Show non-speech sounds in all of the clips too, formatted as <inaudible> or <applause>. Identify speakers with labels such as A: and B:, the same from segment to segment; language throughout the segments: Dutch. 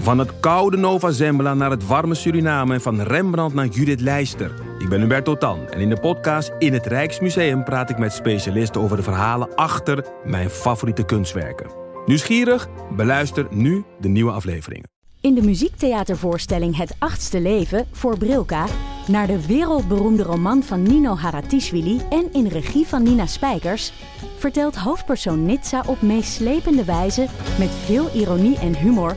A: Van het koude Nova Zembla naar het warme Suriname en van Rembrandt naar Judith Leister. Ik ben Hubert Totan en in de podcast In het Rijksmuseum praat ik met specialisten over de verhalen achter mijn favoriete kunstwerken. Nieuwsgierig? Beluister nu de nieuwe afleveringen.
B: In de muziektheatervoorstelling Het Achtste Leven voor Brilka naar de wereldberoemde roman van Nino Haratischvili en in regie van Nina Spijkers vertelt hoofdpersoon Nitsa op meeslepende wijze met veel ironie en humor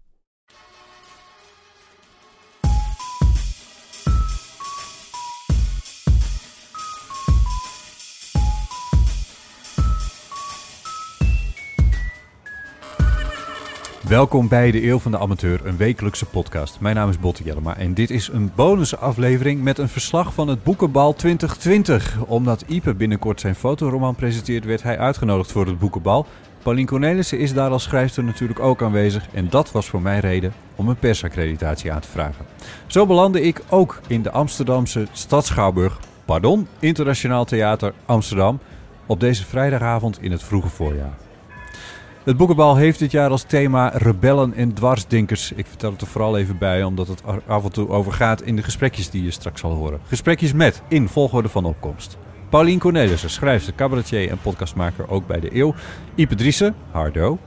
C: Welkom bij de Eeuw van de Amateur, een wekelijkse podcast. Mijn naam is Botte Jellema en dit is een bonusaflevering met een verslag van het Boekenbal 2020. Omdat Ipe binnenkort zijn fotoroman presenteert, werd hij uitgenodigd voor het Boekenbal. Paulien Cornelissen is daar als schrijfster natuurlijk ook aanwezig en dat was voor mij reden om een persaccreditatie aan te vragen. Zo belandde ik ook in de Amsterdamse Stadsschouwburg, pardon, Internationaal Theater Amsterdam, op deze vrijdagavond in het vroege voorjaar. Het boekenbal heeft dit jaar als thema rebellen en dwarsdinkers. Ik vertel het er vooral even bij, omdat het er af en toe over gaat in de gesprekjes die je straks zal horen. Gesprekjes met, in volgorde van opkomst. Paulien Cornelissen, schrijfster, cabaretier en podcastmaker, ook bij de Eeuw. Ipe Driessen, Hardo.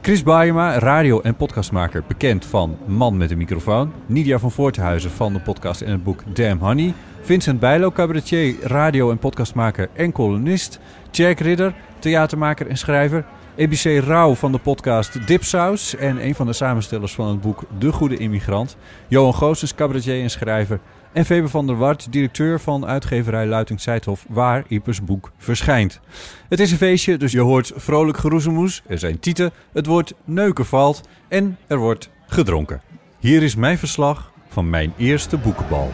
C: Chris Baayema, radio- en podcastmaker, bekend van Man met de microfoon. Nidia van Voorthuizen van de podcast en het boek Damn Honey. Vincent Bijlo, cabaretier, radio- en podcastmaker en columnist. Jack Ridder, theatermaker en schrijver. EBC Rauw van de podcast Dipsaus en een van de samenstellers van het boek De Goede Immigrant. Johan Goossens, cabaretier en schrijver. En Faber van der Wart, directeur van uitgeverij Luiting Zeithof, waar Ipers boek verschijnt. Het is een feestje, dus je hoort vrolijk geroezemoes, er zijn tieten, het woord neuken valt en er wordt gedronken. Hier is mijn verslag van mijn eerste boekenbal.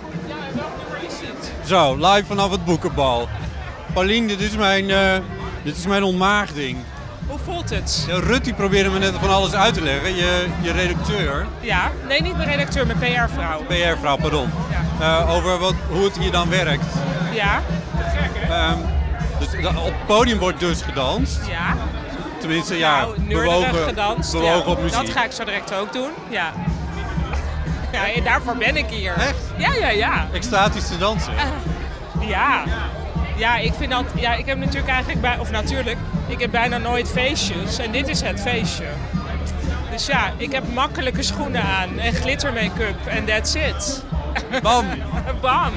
C: Zo, live vanaf het boekenbal. Paulien, dit is mijn, eh, dit is mijn ontmaagding.
D: Hoe voelt het?
C: Ja, Rut die probeerde me net van alles uit te leggen, je, je redacteur,
D: Ja, nee, niet mijn redacteur, mijn PR-vrouw.
C: PR-vrouw, pardon, Eh, over wat, hoe het hier dan werkt.
D: Ja. Te gek, hè?
C: Ehm, dus da- op het podium wordt dus gedanst,
D: Ja.
C: tenminste ja,
D: nou, neurderig
C: bewogen,
D: gedanst. ja.
C: bewogen op muziek.
D: Dat ga ik zo direct ook doen, ja. Ja, en daarvoor ben ik hier.
C: Echt?
D: Ja, ja, ja.
C: Extatisch te
D: <laughs>
C: dansen.
D: Ja. Ja, ik vind dat... Ja, ik heb natuurlijk eigenlijk bij... Of natuurlijk, ik heb bijna nooit feestjes. En dit is het feestje. Dus ja, ik heb makkelijke schoenen aan en glittermake-up en that's it. <laughs>
C: Bam!
D: Bam!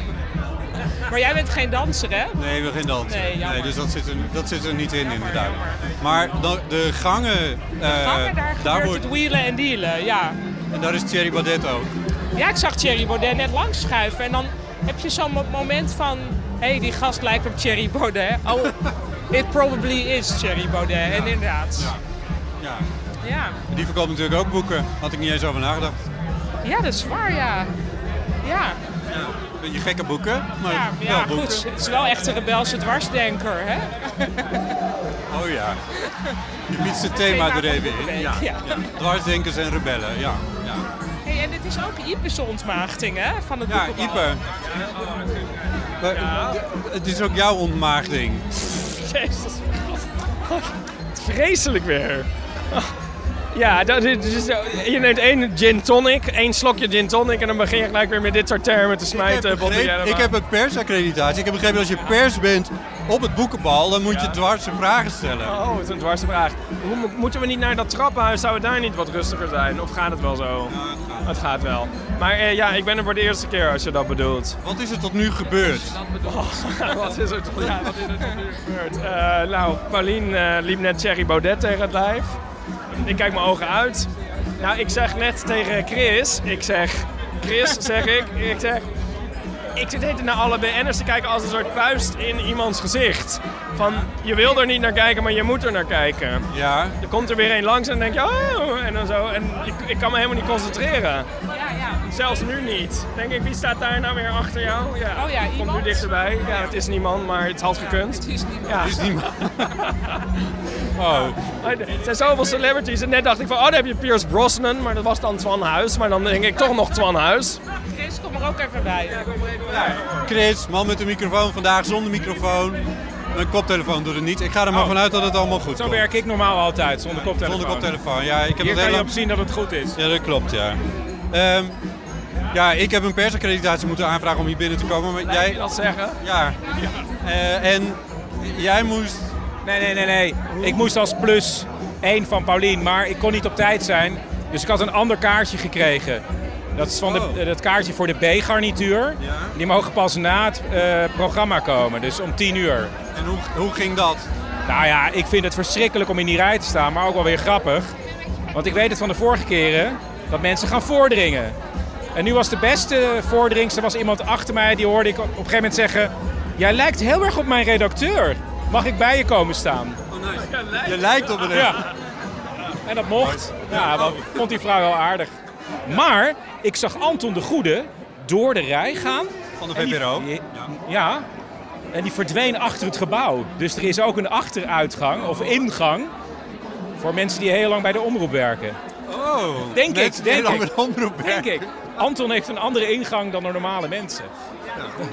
D: Maar jij bent geen danser, hè?
C: Nee, we geen dansen.
D: Nee, jammer.
C: dus dat zit, er, dat zit er niet in
D: Jammer,
C: inderdaad.
D: jammer.
C: Maar dan- de gangen, eh,
D: Gangen, daar gebeurt
C: wordt,
D: het wielen en dealen, ja.
C: en daar is Thierry Baudet ook.
D: Ja, ik zag Thierry Baudet net langs schuiven en dan heb je zo'n mo- moment van... Hé, hey, die gast lijkt op Thierry Baudet.
C: <laughs>
D: Oh, it probably is Thierry Baudet, en inderdaad.
C: Ja.
D: Ja. Ja.
C: En Die verkoopt natuurlijk ook boeken, had ik niet eens over nagedacht.
D: dat is waar, ja. Ja,
C: Ja. Een beetje gekke boeken, maar
D: ja,
C: wel
D: ja
C: boeken.
D: goed. Het is wel echt een rebelse dwarsdenker, hè?
C: Oh ja. Je biedt het thema
D: Thema
C: er
D: van
C: even
D: de
C: in.
D: week,
C: Ja.
D: ja.
C: ja. Dwarsdenkers en rebellen, ja. Ja,
D: Hey, en dit is ook Ipe's ontmaagding, hè? Van het
C: ja
D: boekenbal.
C: Ipe. Maar, d- Het is ook jouw ontmaagding.
D: Jezus. God, het is Vreselijk weer.
E: Oh.
D: Ja, dat is, dus- je neemt één gin tonic, één slokje gin tonic en dan begin je gelijk weer met dit soort termen te
C: Ik
D: smijten.
C: heb,
D: Botte
C: begrepen-
D: Jellema.
C: ik heb een persaccreditatie. Ik heb begrepen dat als je pers bent op het boekenbal, dan moet je dwarse vragen stellen.
E: Oh, het is een dwarse vraag. Hoe, mo- moeten we niet naar dat trappenhuis? Zou het daar niet wat rustiger zijn? Of gaat het wel zo? Het gaat wel. Maar eh, ja, ik ben er voor de eerste keer als je dat bedoelt.
C: Wat is er tot nu gebeurd?
E: Oh, <laughs> wat is er toch ja, wat is er toch nu gebeurd? Eh, nou, Paulien eh, liep net Thierry Baudet tegen het lijf. Ik kijk mijn ogen uit. Nou, ik zeg net tegen Chris, ik zeg... Chris, zeg ik, ik zeg... Ik zit heten naar alle BN'ers te kijken als een soort puist in iemands gezicht. Van, je wil er niet naar kijken, maar je moet er naar kijken.
C: Ja.
E: Er komt er weer een langs en dan denk je, oh, en dan zo. En ik, ik kan me helemaal niet concentreren.
D: Ja, ja.
E: zelfs nu niet. Denk ik, wie staat daar nou weer achter jou? Ja,
D: Oh ja,
E: Komt nu
D: iemand?
E: dichterbij. Ja, het is niemand, maar het had
D: Het
E: gekund.
D: is niet meer.
E: Ja. <laughs>
F: Oh,
E: Maar Er zijn zoveel celebrities. En net dacht ik van, oh, dan heb je Piers Brosnan. Maar dat was dan Twan Huis. Maar dan denk ik toch nog Twan Huis.
D: Chris, kom er ook even bij.
C: Chris, man met de microfoon vandaag, zonder microfoon. Mijn koptelefoon doet het niet. Ik ga er maar
A: Oh.
C: vanuit dat het allemaal goed
A: Zo
C: komt.
A: werk ik normaal altijd, zonder koptelefoon.
C: Zonder koptelefoon, ja. Ik heb dat
A: Hier kan
C: heel
A: je
C: lang-
A: op zien dat het goed is.
C: Ja, dat klopt, ja. Ehm, ja, ik heb een persaccreditatie moeten aanvragen om hier binnen te komen. Maar
E: Jij
C: jij,
E: dat zeggen?
C: ja. Eh, en jij moest...
A: Nee, nee, nee, nee. Ik moest als plus één van Paulien, maar ik kon niet op tijd zijn. Dus ik had een ander kaartje gekregen. Dat is van
C: Oh.
A: de, eh, dat kaartje voor de B-garnituur.
C: Ja.
A: Die mogen pas na het eh, programma komen, dus om 10 uur.
C: En hoe, hoe ging dat?
A: Nou ja, ik vind het verschrikkelijk om in die rij te staan, maar ook wel weer grappig. Want ik weet het van de vorige keren, dat mensen gaan voordringen. En nu was de beste voordringster was iemand achter mij, die hoorde ik op op een gegeven moment zeggen... Jij lijkt heel erg op mijn redacteur. Mag ik bij je komen staan?
C: Je lijkt op een...
A: Oh, Ja. En dat mocht. Ja, dat vond die vrouw wel aardig. Maar ik zag Anton de Goede door de rij gaan.
C: Van de
A: En die-
C: VPRO.
A: die- Ja. En die verdween achter het gebouw. Dus er is ook een achteruitgang of ingang voor mensen die heel lang bij de omroep werken.
C: Oh,
A: Denk
C: mensen
A: ik,
C: die
A: denk
C: lang
A: ik.
C: met omroep
A: Denk
C: werken.
A: ik. Anton heeft een andere ingang dan de normale mensen. Een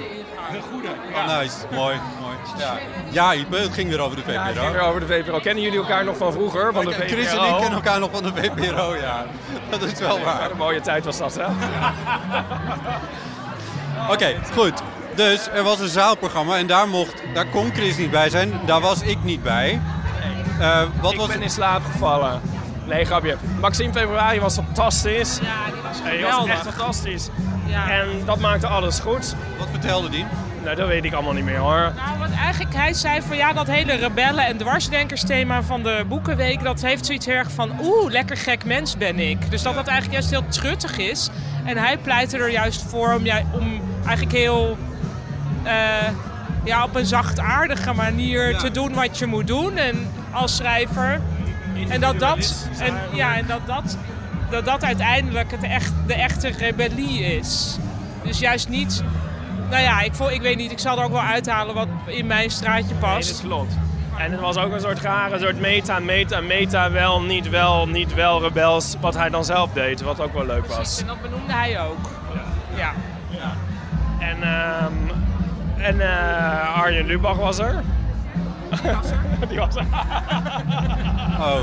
A: goede. Ja.
C: Oh, nice, mooi, mooi. Ja, ja Ipe, het ging weer over de
E: Het ging
C: VPRO.
E: weer over de VPRO. Kennen jullie elkaar nog van vroeger? Van de VPRO?
C: Chris en ik kennen elkaar nog van de VPRO, ja. Dat is wel waar.
E: Wat een mooie tijd was dat, hè?
C: Oké, goed. Dus er was een zaalprogramma en daar, mocht, daar kon Chris niet bij zijn. Daar was ik niet bij. Eh, wat
E: ik
C: was
E: ben in slaap gevallen. Nee, grapje. Maxime Februari was fantastisch.
D: Ja, die was
E: Hij was
D: geweldig.
E: echt fantastisch.
D: Ja.
E: En dat maakte alles goed.
C: Wat vertelde die?
E: Nou, dat weet ik allemaal niet meer hoor.
D: Nou, want eigenlijk, hij zei van ja, dat hele rebellen- en dwarsdenkersthema van de Boekenweek, dat heeft zoiets heel erg van oeh, lekker gek mens ben ik. Dus dat dat eigenlijk juist heel truttig is. En hij pleitte er juist voor om, jij- om eigenlijk heel eh, ja, op een zachtaardige manier te doen wat je moet doen en als schrijver. En dat dat, en, ja, en dat, dat, dat, dat uiteindelijk het echt, de echte rebellie is. Dus juist niet nou ja, ik, vo- ik weet niet. Ik zal er ook wel uithalen wat in mijn straatje
E: Nee, dat
D: past.
E: klopt. En het was ook een soort rare soort meta, meta, meta, wel, niet wel, niet wel rebels. Wat hij dan zelf deed, wat ook wel leuk
D: Precies,
E: was.
D: en dat benoemde hij ook. Ja.
E: En, ehm, en eh, Arjen Lubach was er. <laughs> Die was er.
C: Oh.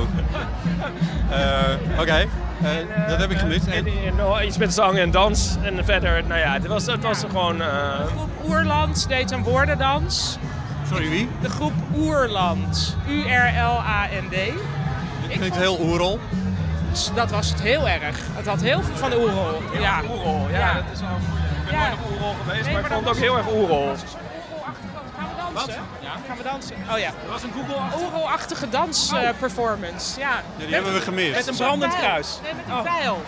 C: Eh, Oké, Eh, dat heb ik gemist.
E: En,
C: En,
E: en nog iets met zang en dans. En verder, nou ja, het was, het was gewoon... eh,
D: Groep Oerland deed een woordendans.
C: sorry, wie?
D: De groep Oerland. U-R-L-A-N-D.
C: Ik vind het heel oerol.
D: Dat was het heel erg. Het had heel veel van de Oerol. Ja.
E: Oerol, ja, dat is wel een goeie. Ik ben
D: Ja.
E: nooit op Oerol geweest,
D: Nee,
E: maar ik
D: maar
E: vond het
D: dat
E: ook
D: is-
E: heel erg Oerol.
D: Gaan we dansen? Ja. Gaan we dansen? Oh ja.
E: Dat was een Oh. Google
D: Oerol-achtige dansperformance. ja.
C: Ja, die hebben we gemist.
A: Met een brandend
D: Pijl.
A: kruis.
D: Nee, met een
E: Oh.
D: pijl.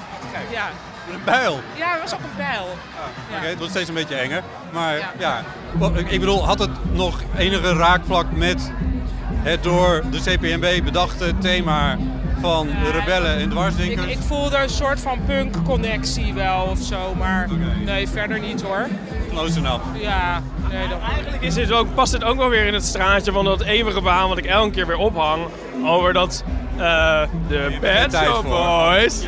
D: Ja.
C: Met een bijl.
D: ja, het was op een pijl.
C: Oké, het wordt steeds een beetje enger. Maar ja.
D: Ja.
C: Wat- ik bedoel, had het nog enige raakvlak met het door de CPNB bedachte thema van de rebellen en
D: Ik,
C: dwarsdenkers?
D: ik voelde een soort van punk-connectie wel of zo, maar nee, verder niet hoor.
C: Close enough.
D: Ja, nee, dat
E: Eigenlijk is dit ook, past dit ook wel weer in het straatje van dat eeuwige verhaal wat ik elke keer weer ophang over dat eh, de
C: hebt geen
E: Pet
C: tijd
E: Shop
C: voor. <laughs>
E: Boys.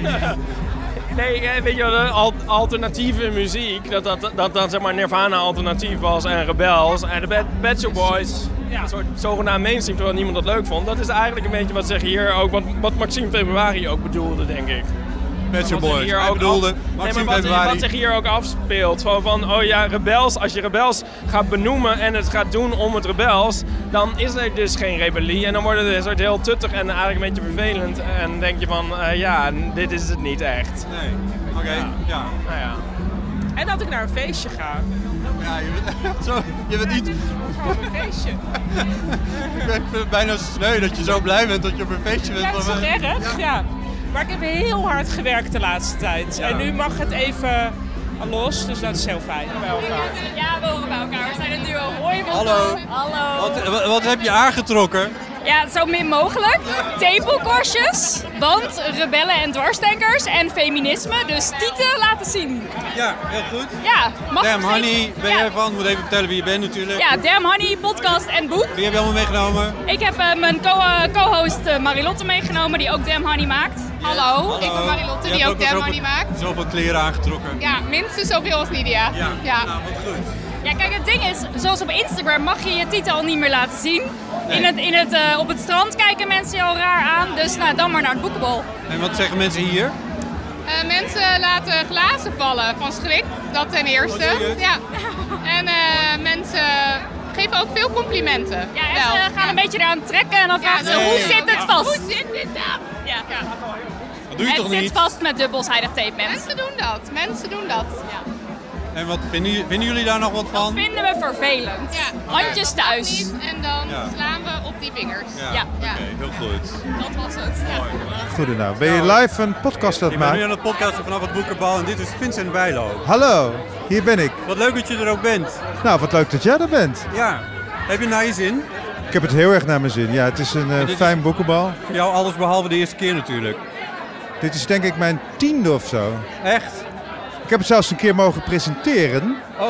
E: nee, eh, weet je wel, de al- alternatieve muziek, dat dat, dat, dat zeg maar Nirvana alternatief was en Rebels en de Pet- Pet Shop Boys.
D: Ja.
E: Een soort zogenaamd mainstream, terwijl niemand dat leuk vond. Dat is eigenlijk een beetje wat ze hier ook, wat, wat Maxime Februari ook bedoelde, denk ik.
C: Pet Shop
E: Wat zich
C: Boys.
E: hier
C: Hij
E: ook
C: bedoelde
E: af-
C: Maxime
E: nee, maar wat,
C: Februari.
E: wat zich hier ook afspeelt. Van, van, oh ja, rebels. Als je rebels gaat benoemen en het gaat doen om het rebels, dan is er dus geen rebellie. En dan wordt het een soort heel tuttig en eigenlijk een beetje vervelend. En dan denk je van, eh, ja, dit is het niet echt.
C: Nee, oké, ja.
E: Nou ja.
D: En dat ik naar een feestje ga.
C: ja. je bent, <laughs> zo, je bent niet,
D: Dit is gewoon een feestje.
C: ik vind het <laughs> bijna sneu dat je zo blij bent dat je op een feestje bent.
D: Ja, dat is toch
C: Maar-
D: erg? Ja. Maar ik heb heel hard gewerkt de laatste tijd. En nu mag het even los, dus dat is heel fijn.
G: Ja, we horen bij elkaar. We zijn het nu al. Hoi, Bob.
C: Hallo.
G: Hallo.
C: eh, Wat, wat heb je aangetrokken?
G: Ja, ja, zo min mogelijk. Tepelkorstjes, want rebellen en dwarsdenkers en feminisme. Dus tieten laten zien.
C: Ja, heel goed.
G: Ja, mag
C: Damn
G: nog steeds-
C: Honey, ben
G: ja.
C: jij van? Moet even vertellen wie je bent natuurlijk.
G: Ja, Damn Honey, podcast en boek.
C: Wie heb je allemaal meegenomen?
G: Ik heb eh, mijn co- eh, co-host eh, Marilotte meegenomen, die ook Damn Honey maakt.
H: Hallo, ik
C: Hallo.
H: ben Marilotte,
C: Je
H: die
C: hebt
H: ook
C: wel
H: Demo
C: zoveel-
H: niet maakt.
C: Zoveel kleren aangetrokken.
H: Ja, minstens zoveel als Nidia. Ja.
C: Nou, wat goed.
G: Ja, kijk, het ding is, zoals op Instagram mag je je titel al niet meer laten zien. In het, in het, eh, op het strand kijken mensen je al raar aan, dus nou, dan maar naar het boekenbol.
C: En wat zeggen mensen hier?
H: Eh, mensen laten glazen vallen van schrik, dat ten eerste.
C: serieus?
H: Ja. En eh, mensen geven ook veel complimenten.
G: Ja, en
H: Wel.
G: ze gaan een beetje eraan trekken en dan vragen ze,
H: nee.
G: hoe zit het vast?
H: Hoe zit dit dan?
G: Ja.
C: Dat doe je
G: Het
C: toch
G: zit
C: niet?
G: vast met dubbels heilig tape, mensen.
H: Mensen doen dat, mensen doen dat. Ja.
C: En wat vinden, jullie- vinden jullie daar nog wat
G: Dat
C: van?
G: vinden we vervelend. Handjes
H: maar dat
G: thuis.
H: niet En dan
C: Ja.
H: slaan we op die vingers.
G: Ja.
C: Oké, heel goed.
H: Dat was het. Ja.
I: Goedenavond. Ben je live een podcast aan
C: Ik ben
I: het
C: nu
I: maken?
C: aan het podcasten vanaf het Boekerbal en dit is Vincent Bijlo.
I: Hallo, hier ben ik.
C: Wat leuk dat je er ook bent.
I: Nou, wat leuk dat jij er bent.
C: Ja. Heb je naar je zin?
I: Ik heb het heel erg naar mijn zin. Ja, het is een eh,
C: dit is-
I: fijn boekenbal.
C: Voor jou alles behalve de eerste keer natuurlijk.
I: Dit is denk ik mijn tiende of zo.
C: Echt?
I: Ik heb het zelfs een keer mogen presenteren,
C: Oh,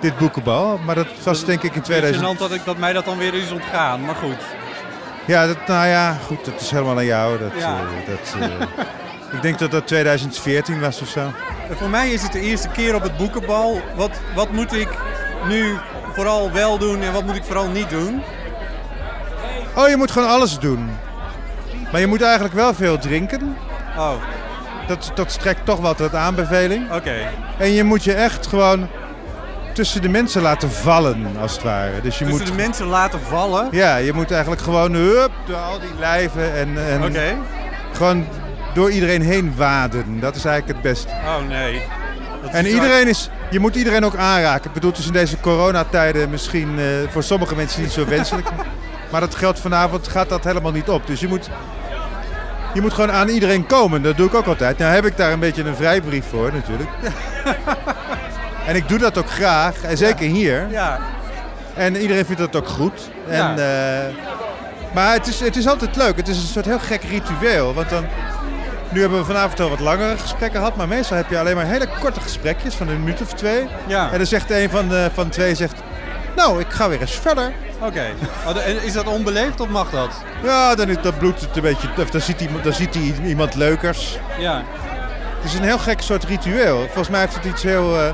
I: dit boekenbal. Maar dat was denk ik in
C: het is
I: 2000.
C: gênant dat, ik, dat mij dat dan weer is ontgaan, maar goed.
I: Ja, dat, nou ja, goed, dat is helemaal aan jou. Dat,
C: Ja.
I: eh, dat, eh, <laughs> ik denk dat dat 2014 was of zo.
C: En Voor mij is het de eerste keer op het boekenbal. Wat, wat moet ik nu vooral wel doen en wat moet ik vooral niet doen?
I: Oh, je moet gewoon alles doen. Maar je moet eigenlijk wel veel drinken.
C: Oh, oké.
I: Dat, dat strekt toch wat tot aanbeveling. En je moet je echt gewoon tussen de mensen laten vallen, als het ware. Dus je
C: Tussen
I: moet,
C: de mensen laten vallen.
I: Ja, je moet eigenlijk gewoon hup, door al die lijven en, en
C: Oké.
I: gewoon door iedereen heen waden. Dat is eigenlijk het beste.
C: Oh nee. Dat is
I: En
C: zo-
I: iedereen is, je moet iedereen ook aanraken. Ik bedoel, het is in deze coronatijden misschien eh, voor sommige mensen niet zo
C: <laughs>
I: wenselijk. maar dat geldt vanavond, gaat dat helemaal niet op. Dus je moet, je moet gewoon aan iedereen komen. Dat doe ik ook altijd. Nou heb ik daar een beetje een vrijbrief voor
C: <laughs>
I: natuurlijk. en ik doe dat ook graag. En zeker hier.
C: Ja.
I: En iedereen vindt dat ook goed. En,
C: Ja.
I: eh, maar het is, het is altijd leuk. Het is een soort heel gek ritueel. Want dan, nu hebben we vanavond al wat langere gesprekken gehad. Maar meestal heb je alleen maar hele korte gesprekjes van een minuut of twee.
C: Ja.
I: En dan zegt een van, de, van twee, zegt, nou, ik ga weer eens verder.
C: Oké. Oh, de- en Is dat onbeleefd of mag dat?
I: Ja, dan, is- dan bloedt het een beetje. Of dan ziet, iemand, dan ziet hij iemand leukers.
C: Ja.
I: Het is een heel gek soort ritueel. Volgens mij heeft het iets heel... eh,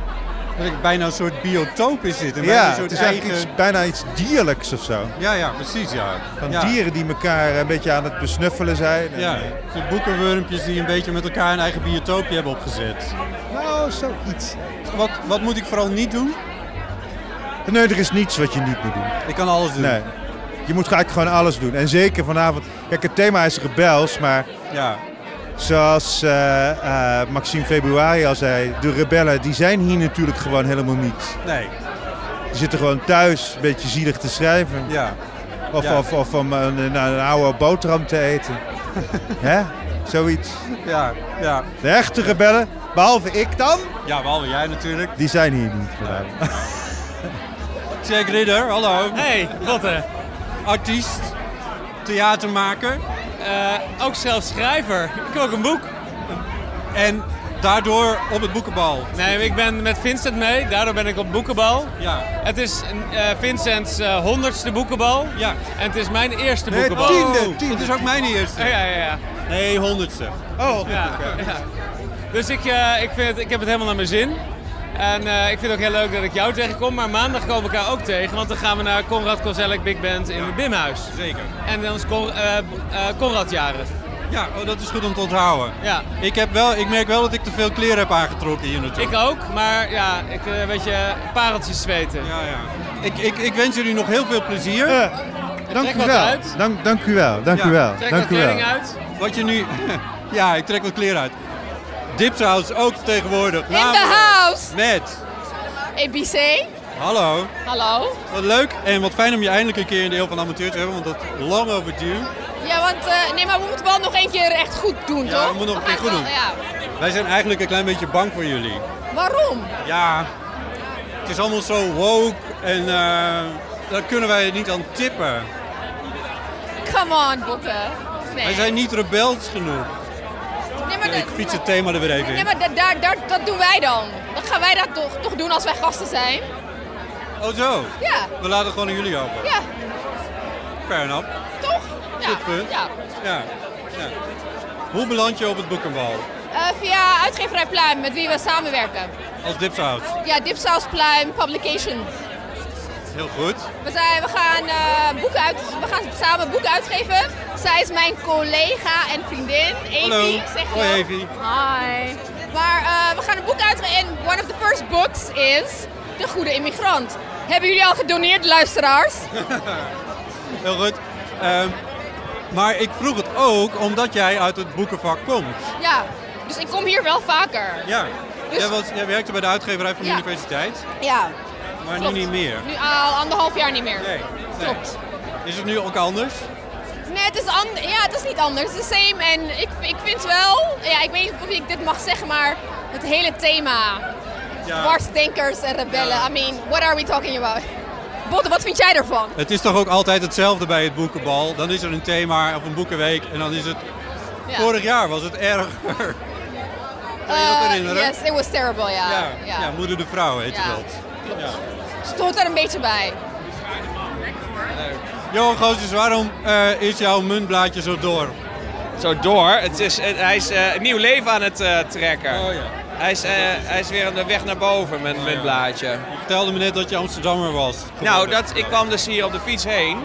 C: Dat ik bijna een soort biotoop is dit. En bijna
I: ja,
C: een soort
I: het is
C: eigen...
I: eigenlijk iets, bijna iets dierlijks of zo.
C: Ja, ja, precies ja.
I: Van
C: ja.
I: dieren die elkaar een beetje aan het besnuffelen zijn. En,
C: Ja, een soort boekenwurmpjes die een beetje met elkaar een eigen biotoopje hebben opgezet.
I: Nou, zoiets.
C: Wat, wat moet ik vooral niet doen?
I: Nee, er is niets wat je niet moet doen.
C: Ik kan alles doen.
I: Nee. Je moet eigenlijk gewoon alles doen. En zeker vanavond. Kijk, het thema is rebels, maar
C: Ja.
I: zoals eh, eh, Maxime Februari al zei, de rebellen die zijn hier natuurlijk gewoon helemaal niet.
C: Nee.
I: Die zitten gewoon thuis een beetje zielig te schrijven.
C: Ja.
I: Of,
C: ja.
I: of, of om een, een, een oude boterham te
C: <laughs>
I: eten. Hè? Zoiets.
C: Ja. Ja.
I: De echte rebellen, behalve ik dan,
C: Ja, behalve jij natuurlijk.
I: die zijn hier niet vanavond.
C: Jack Ridder, hallo.
J: Hey, Lotte.
C: Artiest. Theatermaker.
J: Eh, ook zelf schrijver. Ik heb ook een boek.
C: En daardoor op het boekenbal.
J: Nee, ik ben met Vincent mee, daardoor ben ik op boekenbal.
C: Ja.
J: Het is eh, Vincents eh, honderdste boekenbal.
C: Ja.
J: En het is mijn eerste
I: Nee,
J: boekenbal.
I: tiende,
J: Oh.
I: tiende.
C: Dat is ook mijn
J: Ja,
C: eerste.
J: ja, ja.
C: Nee, honderdste.
I: Oh,
J: ja, ja. Dus ik, eh, ik, vind het, ik heb het helemaal naar mijn zin. En eh, ik vind het ook heel leuk dat ik jou tegenkom. Maar maandag komen we elkaar ook tegen. Want dan gaan we naar Conrad Kozelek Big Band in het Bimhuis.
C: Zeker.
J: En dan is Con, eh, eh, Conrad jarig.
C: Ja, oh, dat is goed om te onthouden.
J: Ja.
C: Ik, heb wel, ik merk wel dat ik te veel kleren heb aangetrokken hier natuurlijk.
J: Ik ook, maar ja, ik eh, een beetje pareltjes zweten.
C: Ja, ja. Ik, ik, ik wens jullie nog heel veel plezier.
I: Eh, dank
J: Trek
I: u
J: wat
I: wel.
J: uit.
I: Dank, dank u wel. Dank
C: Ja,
I: u wel.
J: Trek
I: dank
J: dat
I: u wel.
J: kleding uit.
C: Wat je nu... <laughs> ja, ik trek wat kleren uit. Dipsaus ook vertegenwoordigd.
H: In the house!
C: Met.
H: EBC,
C: Hallo.
H: hallo.
C: Wat leuk en wat fijn om je eindelijk een keer in de heel van amateur te hebben, want dat is lang overdue.
H: Ja, want eh, nee, maar we moeten wel nog één keer echt goed doen,
C: Ja,
H: toch?
C: we moeten nog een
H: gaan
C: keer goed
H: het wel-
C: Wij zijn eigenlijk een klein beetje bang voor jullie.
H: ja. Waarom?
C: Ja, het is allemaal zo woke en eh, daar kunnen wij niet aan tippen.
H: Come on, Botte. Nee.
C: Wij zijn niet rebels genoeg.
H: Nee, maar,
C: Ik fiets het thema er weer even
H: nee,
C: in.
H: maar da- daar, daar, dat doen wij dan. Dan gaan wij dat toch, toch doen als wij gasten zijn.
C: Oh zo,
H: Ja,
C: we laten gewoon aan jullie over.
H: ja,
C: Fair enough.
H: toch? Ja,
C: Goed punt.
H: ja.
C: Ja. ja. Hoe beland je op het boekenbal
H: Eh, via uitgeverij Pluim, met wie we samenwerken.
C: als dipsaus?
H: Ja, Dipsaus Pluim Publications.
C: Heel goed.
H: We, zijn, we, gaan, eh, boeken uit, we gaan samen boeken uitgeven. Zij is mijn collega en vriendin, Evie.
C: Hallo.
H: Zeg je
C: Hoi,
H: wel.
C: Evie.
H: Hi. Maar eh, we gaan een boek uitgeven en one of the first books is De Goede Immigrant. Hebben jullie al gedoneerd, luisteraars?
C: Heel goed. Ehm, maar ik vroeg het ook omdat jij uit het boekenvak komt.
H: Ja, dus ik kom hier wel vaker.
C: Ja. Jij, was, jij werkte bij de uitgeverij van de
H: Dus- Ja.
C: universiteit,
H: Ja,
C: maar
H: Klopt.
C: nu niet meer.
H: nu al anderhalf jaar niet meer.
C: Nee, nee.
H: Klopt.
C: Is het nu ook anders?
H: Nee, het is, an- ja, het is niet anders. Het is the same. En ik, ik vind wel, ja, ik weet niet of ik dit mag zeggen, maar het hele thema. Dwarsdenkers en rebellen. I mean, what are we talking about? Botte, wat vind jij ervan?
C: Het is toch ook altijd hetzelfde bij het boekenbal. Dan is er een thema of een boekenweek en dan is het...
H: Ja.
C: Vorig jaar was het
H: <laughs>
C: erger.
H: Eh,
C: herinneren?
H: yes, it was terrible, ja.
C: Ja,
H: ja.
C: ja, moeder de vrouw heette
H: Ja.
C: dat. Ja.
H: Stond er een beetje bij.
C: Johan Goossens, waarom eh, is jouw muntblaadje zo door?
F: Zo door? Het is, eh, hij is eh, een nieuw leven aan het eh, trekken.
C: Oh ja.
F: hij, is, eh, hij is weer aan de weg naar boven met, met het blaadje.
C: Je vertelde me net dat je Amsterdammer was.
F: Nou, dat, ik kwam dus hier op de fiets heen.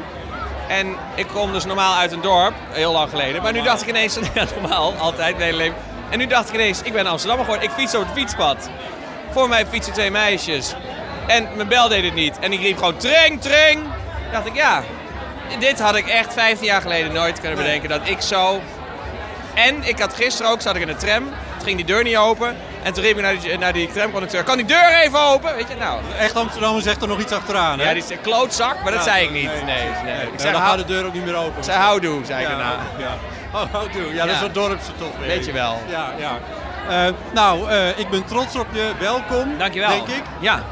F: En ik kom dus normaal uit een dorp, heel lang geleden. Maar nu dacht ik ineens, <laughs> ja, normaal, altijd mijn hele leven. En nu dacht ik ineens, ik ben Amsterdammer geworden. Ik fiets op het fietspad. Voor mij fietsen twee meisjes. En mijn bel deed het niet. En ik riep gewoon, treng, treng. Toen dacht ik, ja, dit had ik echt 15 jaar geleden nooit kunnen bedenken. Dat ik zo... En ik had gisteren ook, zat ik in de tram. Toen ging die deur niet open. En toen riep ik naar die, naar die tramconducteur, kan die deur even open? Weet je, nou...
C: Echt Amsterdammer zegt er nog iets achteraan, hè?
F: Ja, die is een klootzak, maar dat
C: Ja,
F: zei ik niet.
C: nee,
F: Nee, nee. Ik
C: Ik
F: zei,
C: dan
F: hou
C: gaat de deur ook niet meer open.
F: zei houdoe, zei ik
C: Ja,
F: daarna.
C: Ja, oh, houdoe. Ja, dat is
F: Ja.
C: wat dorpse toch weer.
F: Weet je wel.
C: Ja, ja. Eh, nou, eh, ik ben trots op je. Welkom.
F: Dankjewel.
C: Denk ik. <laughs>
F: Ja.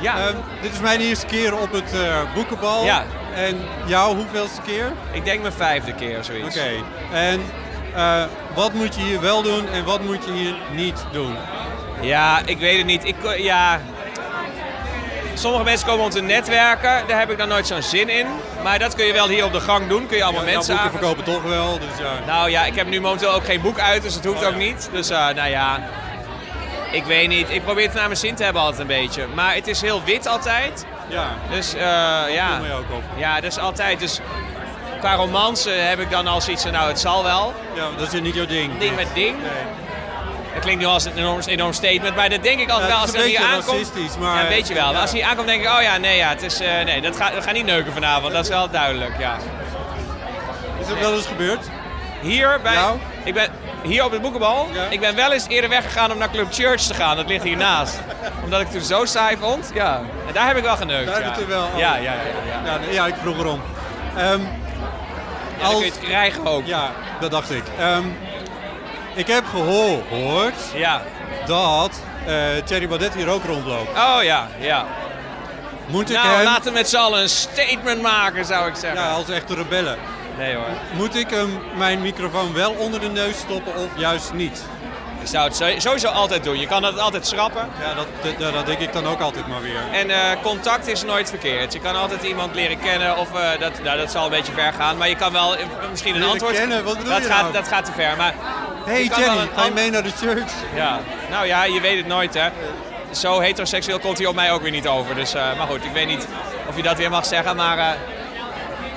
F: ja.
C: Ehm, dit is mijn eerste keer op het eh, boekenbal.
F: Ja.
C: En jou, hoeveelste keer?
F: Ik denk mijn vijfde keer
C: Oké.
F: zoiets.
C: En eh, wat moet je hier wel doen en wat moet je hier niet doen?
F: Ja, ik weet het niet. Ik, eh, ja. Sommige mensen komen om te netwerken, daar heb ik dan nooit zo'n zin in. Maar dat kun je wel hier op de gang doen, kun je allemaal
C: Ja,
F: mensen
C: boeken
F: aan.
C: verkopen toch wel, dus ja.
F: Nou ja, ik heb nu momenteel ook geen boek uit, dus dat
C: Oh,
F: hoeft ook niet. Dus eh, nou ja, ik weet niet. Ik probeer het naar mijn zin te hebben altijd een beetje. Maar het is heel wit altijd.
C: Ja.
F: Dus eh, ja.
C: viel mij ook op.
F: Ja, dat is altijd. Dus qua romance heb ik dan als iets van, nou het zal wel.
C: Ja, dat is niet jouw ding.
F: Ding met ding. Het klinkt nu als een enorm, enorm statement, maar dat denk ik altijd
C: Ja,
F: wel
C: het is
F: als hij
C: een
F: hier
C: beetje
F: aankomt.
C: racistisch, maar-
F: ja, weet je wel.
C: ja.
F: Als hij aankomt denk ik, oh ja, nee, ja, het is, eh, nee dat gaat, we gaan niet neuken vanavond. Dat is wel duidelijk, ja.
C: Is dat wel eens gebeurd?
F: Hier bij...
C: Nou?
F: Ik ben hier op het boekenbal.
C: Ja.
F: Ik ben wel eens eerder weggegaan om naar Club Church te gaan. Dat ligt
C: <laughs>
F: hiernaast. Omdat ik het toen zo saai vond. Ja. En daar heb ik wel geneukt,
C: Daar
F: ja.
C: heb je het er wel over.
F: Ja, ja, ja. ja.
C: Ja, nee, ja ik vroeg erom. Ehm,
F: Ja, dan kun je het krijgen ook.
C: ja, dat dacht ik. Ehm, ik heb gehoord
F: Ja.
C: dat eh, Thierry Baudet hier ook rondloopt.
F: Oh ja, ja.
C: Moet ik
F: Nou,
C: hem...
F: laten we met z'n allen een statement maken, zou ik zeggen.
C: Ja, als echte rebellen.
F: Nee hoor.
C: Moet ik hem mijn microfoon wel onder de neus stoppen of juist niet?
F: Ik zou het zo- sowieso altijd doen. Je kan het altijd schrappen.
C: Ja, dat, dat, dat denk ik dan ook altijd maar weer.
F: En eh, contact is nooit verkeerd. Je kan altijd iemand leren kennen of eh, dat, nou, dat zal een beetje ver gaan. Maar je kan wel eh, misschien een
C: Leren
F: antwoord...
C: kennen? Wat bedoel
F: dat
C: je
F: gaat,
C: nou?
F: Dat gaat te ver, maar...
C: Hey
F: je kan wel
C: Thierry,
F: een
C: ga je
F: ant-
C: mee naar de church?
F: Ja. Nou ja, je weet het nooit hè. Zo heteroseksueel komt hij op mij ook weer niet over. Dus, eh, maar goed, ik weet niet of je dat weer mag zeggen, maar... eh,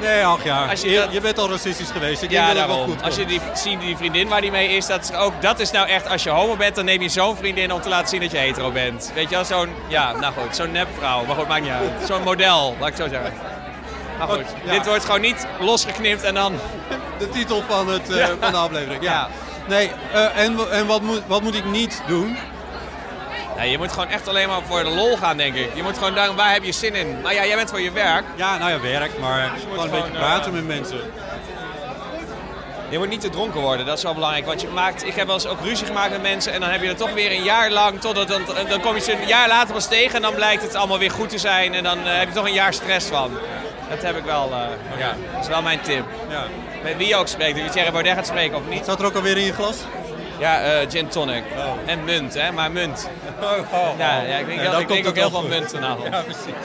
C: Nee, ach ja.
F: Als je
C: je,
F: dat-
C: je bent al racistisch geweest. Ik
F: ja,
C: denk dat het wel
F: daarom.
C: goed
F: Als je
C: komt.
F: die, ziet die vriendin waar die mee is, dat is ook... Dat is nou echt, als je homo bent, dan neem je zo'n vriendin om te laten zien dat je hetero bent. Weet je wel, zo'n... Ja, nou goed, zo'n nepvrouw. Maar goed, maakt niet uit. Zo'n model, laat ik het zo zeggen. Maar goed,
C: Ja.
F: dit wordt gewoon niet losgeknipt en dan...
C: De titel van, het, eh,
F: Ja.
C: van de aflevering. Ja.
F: Ja.
C: Nee, eh, en, wa- en wat, moet, wat moet ik niet doen?
F: Nee, je moet gewoon echt alleen maar voor de lol gaan, denk ik. Je moet gewoon denken, waar heb je zin in? Maar ja, jij bent voor je werk.
C: Ja, nou ja, werk, maar gewoon een beetje
F: gewoon, eh,
C: praten met mensen.
F: Je moet niet te dronken worden, dat is wel belangrijk. Want je maakt, ik heb wel eens ook ruzie gemaakt met mensen en dan heb je er toch weer een jaar lang, totdat dan, dan kom je ze een jaar later pas tegen en dan blijkt het allemaal weer goed te zijn en dan eh, heb je toch een jaar stress van. Dat heb ik wel. eh, ja. Dat is wel mijn tip. Met wie je ook spreekt, wie Thierry Baudet gaat spreken of niet. Zat er ook alweer in je glas? Ja, eh, gin tonic. En munt, hè? Maar munt.
C: Oh,
F: Ja, ja, ik denk,
C: Ja,
F: heel-
C: dan komt
F: ik denk
C: het
F: ook heel
C: wel
F: veel
C: goed.
F: munt vanavond.
C: Ja,
F: precies.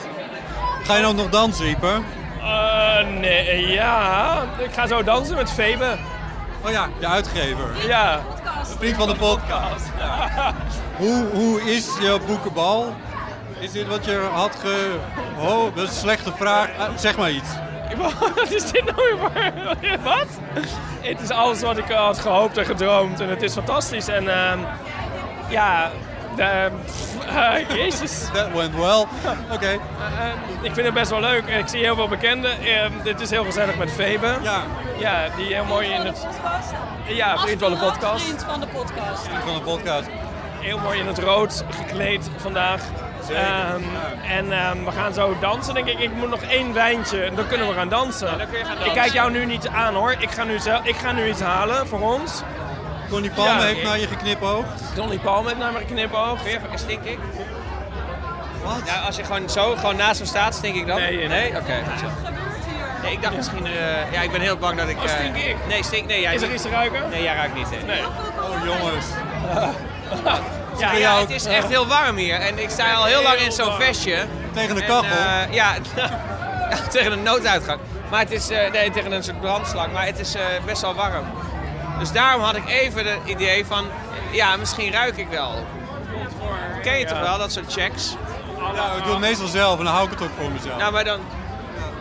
C: Ga je nou nog dansen, Ieper?
E: Eh, nee, ja. Ik ga zo dansen met Febe.
C: Oh ja, de uitgever.
E: Ja. <laughs>
C: Vriend van de podcast. <laughs> Hoe, hoe is je boekenbal? Is dit wat je had ge... Oh, dat is een slechte vraag. Ah, zeg maar iets.
E: Wat is dit nou weer? voor- <laughs> Wat? Het is alles wat ik had gehoopt en gedroomd. En het is fantastisch. En ehm, ja, de- pff, eh, <laughs> jezus.
C: That went <laughs> well. Oké.
E: ik vind het best wel leuk. Ik zie heel veel bekenden. Ehm, dit is heel gezellig met Febe.
C: Ja.
E: Ja, die heel mooi in het... Ja, vriend van de podcast.
K: Vriend van de podcast.
C: Van de podcast.
E: Heel mooi in het rood gekleed vandaag.
C: Zeker,
E: Ehm, En ehm, we gaan zo dansen, denk ik. Ik moet nog één wijntje en dan kunnen we gaan dansen. Ik kijk jou nu niet aan hoor. Ik ga nu, zelf, ik ga nu iets halen voor ons.
C: Connie Palme heeft naar je geknipoogd.
E: Connie Palme heeft naar me geknipoogd.
F: Weer een stink ik? Wat? Ja, als je gewoon zo gewoon naast me staat, stink ik dan? Nee, nee. Oké, goed zo. Nee, ik dacht misschien... eh, ja, ik ben heel bang dat ik...
E: Oh, stink
F: eh,
E: ik?
F: Nee, stink... Nee, jij
E: Is er
F: niet.
E: iets te ruiken?
F: Nee, jij ruikt niet. Nee.
C: Oh, jongens.
F: Ja, ja, het is echt heel warm hier. En ik sta al heel lang in zo'n vestje.
C: Tegen
F: de kachel? ja, <laughs> tegen een nooduitgang. Maar het is... eh, nee, tegen een soort brandslang. Maar het is eh, best wel warm. Dus daarom had ik even het idee van... Ja, misschien ruik ik wel. Ken je toch wel, dat soort checks?
C: Nou, ik doe het meestal zelf en dan hou ik het ook voor mezelf.
F: Ja, maar dan...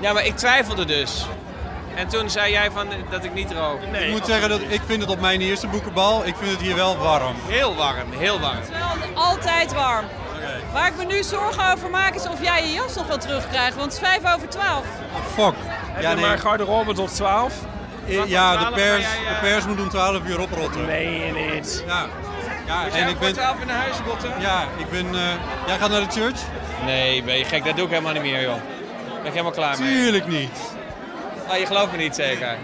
F: Ja, maar ik twijfelde dus. En toen zei jij van, eh, dat ik niet rook.
C: Ik moet zeggen, dat ik vind het op mijn eerste boekenbal, ik vind het hier wel warm.
F: Heel warm, heel warm.
K: Altijd warm. Waar ik me nu zorgen over maak is of jij je jas nog wel terugkrijgt, want het is vijf over twaalf.
C: Fuck.
E: Heb je maar garderobe tot 12?
C: Eh, Ja, de pers, de
F: eh,
C: pers moet om 12 uur oprotten.
E: Nee, niet.
C: Ja, ja
F: Moet
C: en
F: Dus jij
C: ik
F: voor
C: ben...
F: 12 uur naar huis, botten?
C: Ja, ik ben... eh, jij gaat naar de church?
F: Nee, ben je gek, dat doe ik helemaal niet meer, joh. Daar ben ik helemaal klaar mee.
C: Tuurlijk niet.
F: Oh, je gelooft me niet zeker.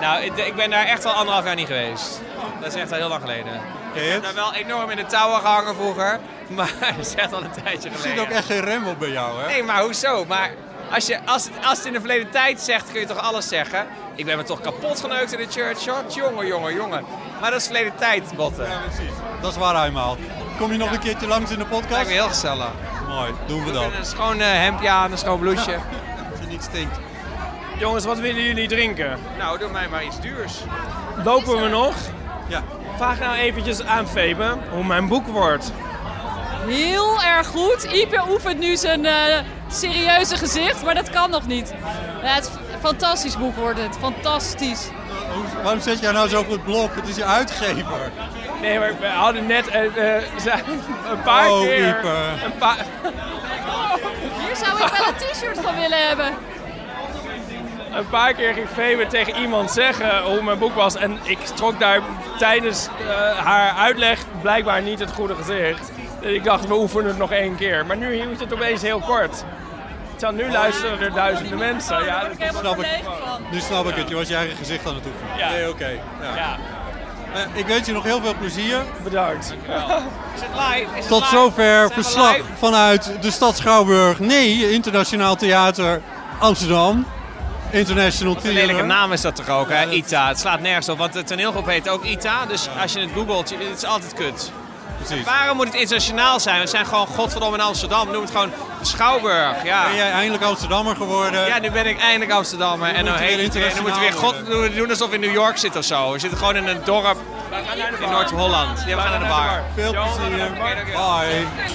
F: Nou, ik, ik ben daar echt al anderhalf jaar niet geweest. Dat is echt al heel lang geleden. Ik heb daar wel enorm in de touwen gehangen vroeger. <laughs> Maar dat is echt al een tijdje
C: Er
F: geleden.
C: zit ook echt geen rem op bij jou, hè?
F: Nee, maar hoezo? Maar als, je, als, het, als het in de verleden tijd zegt, kun je toch alles zeggen? Ik ben me toch kapot geneukt in de church, hoor. Jongen, jongen, jongen. Maar dat is verleden tijd, botten. Ja,
C: precies. Dat is waar, Heimaal. Kom je nog een keertje langs in de podcast?
F: Lijkt me heel gezellig.
C: Mooi, doen we dan.
F: Een schoon eh, hemdje aan, een schoon blouseje.
C: <laughs> Dat je niet stinkt.
E: Jongens, wat willen jullie drinken?
F: Nou, doe mij maar iets duurs.
E: Lopen we nog?
C: Ja.
E: Vraag nou eventjes aan Febe hoe mijn boek wordt.
K: Heel erg goed. Ipe oefent nu zijn eh, serieuze gezicht, maar dat kan nog niet. Ja, het is een fantastisch boek wordt het. Fantastisch.
C: Waarom zet jij nou zo op het blok? Het is je uitgever.
E: Nee, maar we hadden net eh, eh, ze- een paar
C: Oh,
E: keer...
C: Ipe.
E: Een paar...
K: Hier zou ik wel een t-shirt van willen hebben.
E: Een paar keer ging Febe tegen iemand zeggen hoe mijn boek was. En ik trok daar tijdens eh, haar uitleg blijkbaar niet het goede gezicht. En ik dacht, we oefenen het nog één keer. Maar nu hield het opeens heel kort. Terwijl nu luisteren er duizenden mensen. Ja, dat
C: Snap ik. Nu snap ik het, je was je eigen gezicht aan het oefenen.
E: Ja.
C: Nee, oké. Ja. Eh, ik wens je nog heel veel plezier.
E: Bedankt.
F: Is het live? Is het
C: Tot
F: live?
C: zover
F: Zijn we
C: verslag
F: live?
C: vanuit de stad Schouwburg. Nee, Internationaal Theater Amsterdam. International
F: Een
C: Theater.
F: lelijke naam is dat toch ook, hè? ITA. Het slaat nergens op, want de toneelgroep heet ook ITA. Dus als je het googelt, je- het is altijd kut.
C: Precies.
F: Waarom moet het internationaal zijn? We zijn gewoon godverdomme in Amsterdam. Noem het gewoon de Schouwburg. Ja.
C: Ben jij eindelijk Amsterdammer geworden?
F: Ja, nu ben ik eindelijk Amsterdammer. en
C: moet
F: dan
C: weer
F: heet het weer, dan moet het weer
C: internationaal
F: God, doen, doen alsof we in New York zitten of zo. We zitten gewoon in een dorp in Noord-Holland. Ja, we gaan naar de bar.
C: Veel plezier. Bye.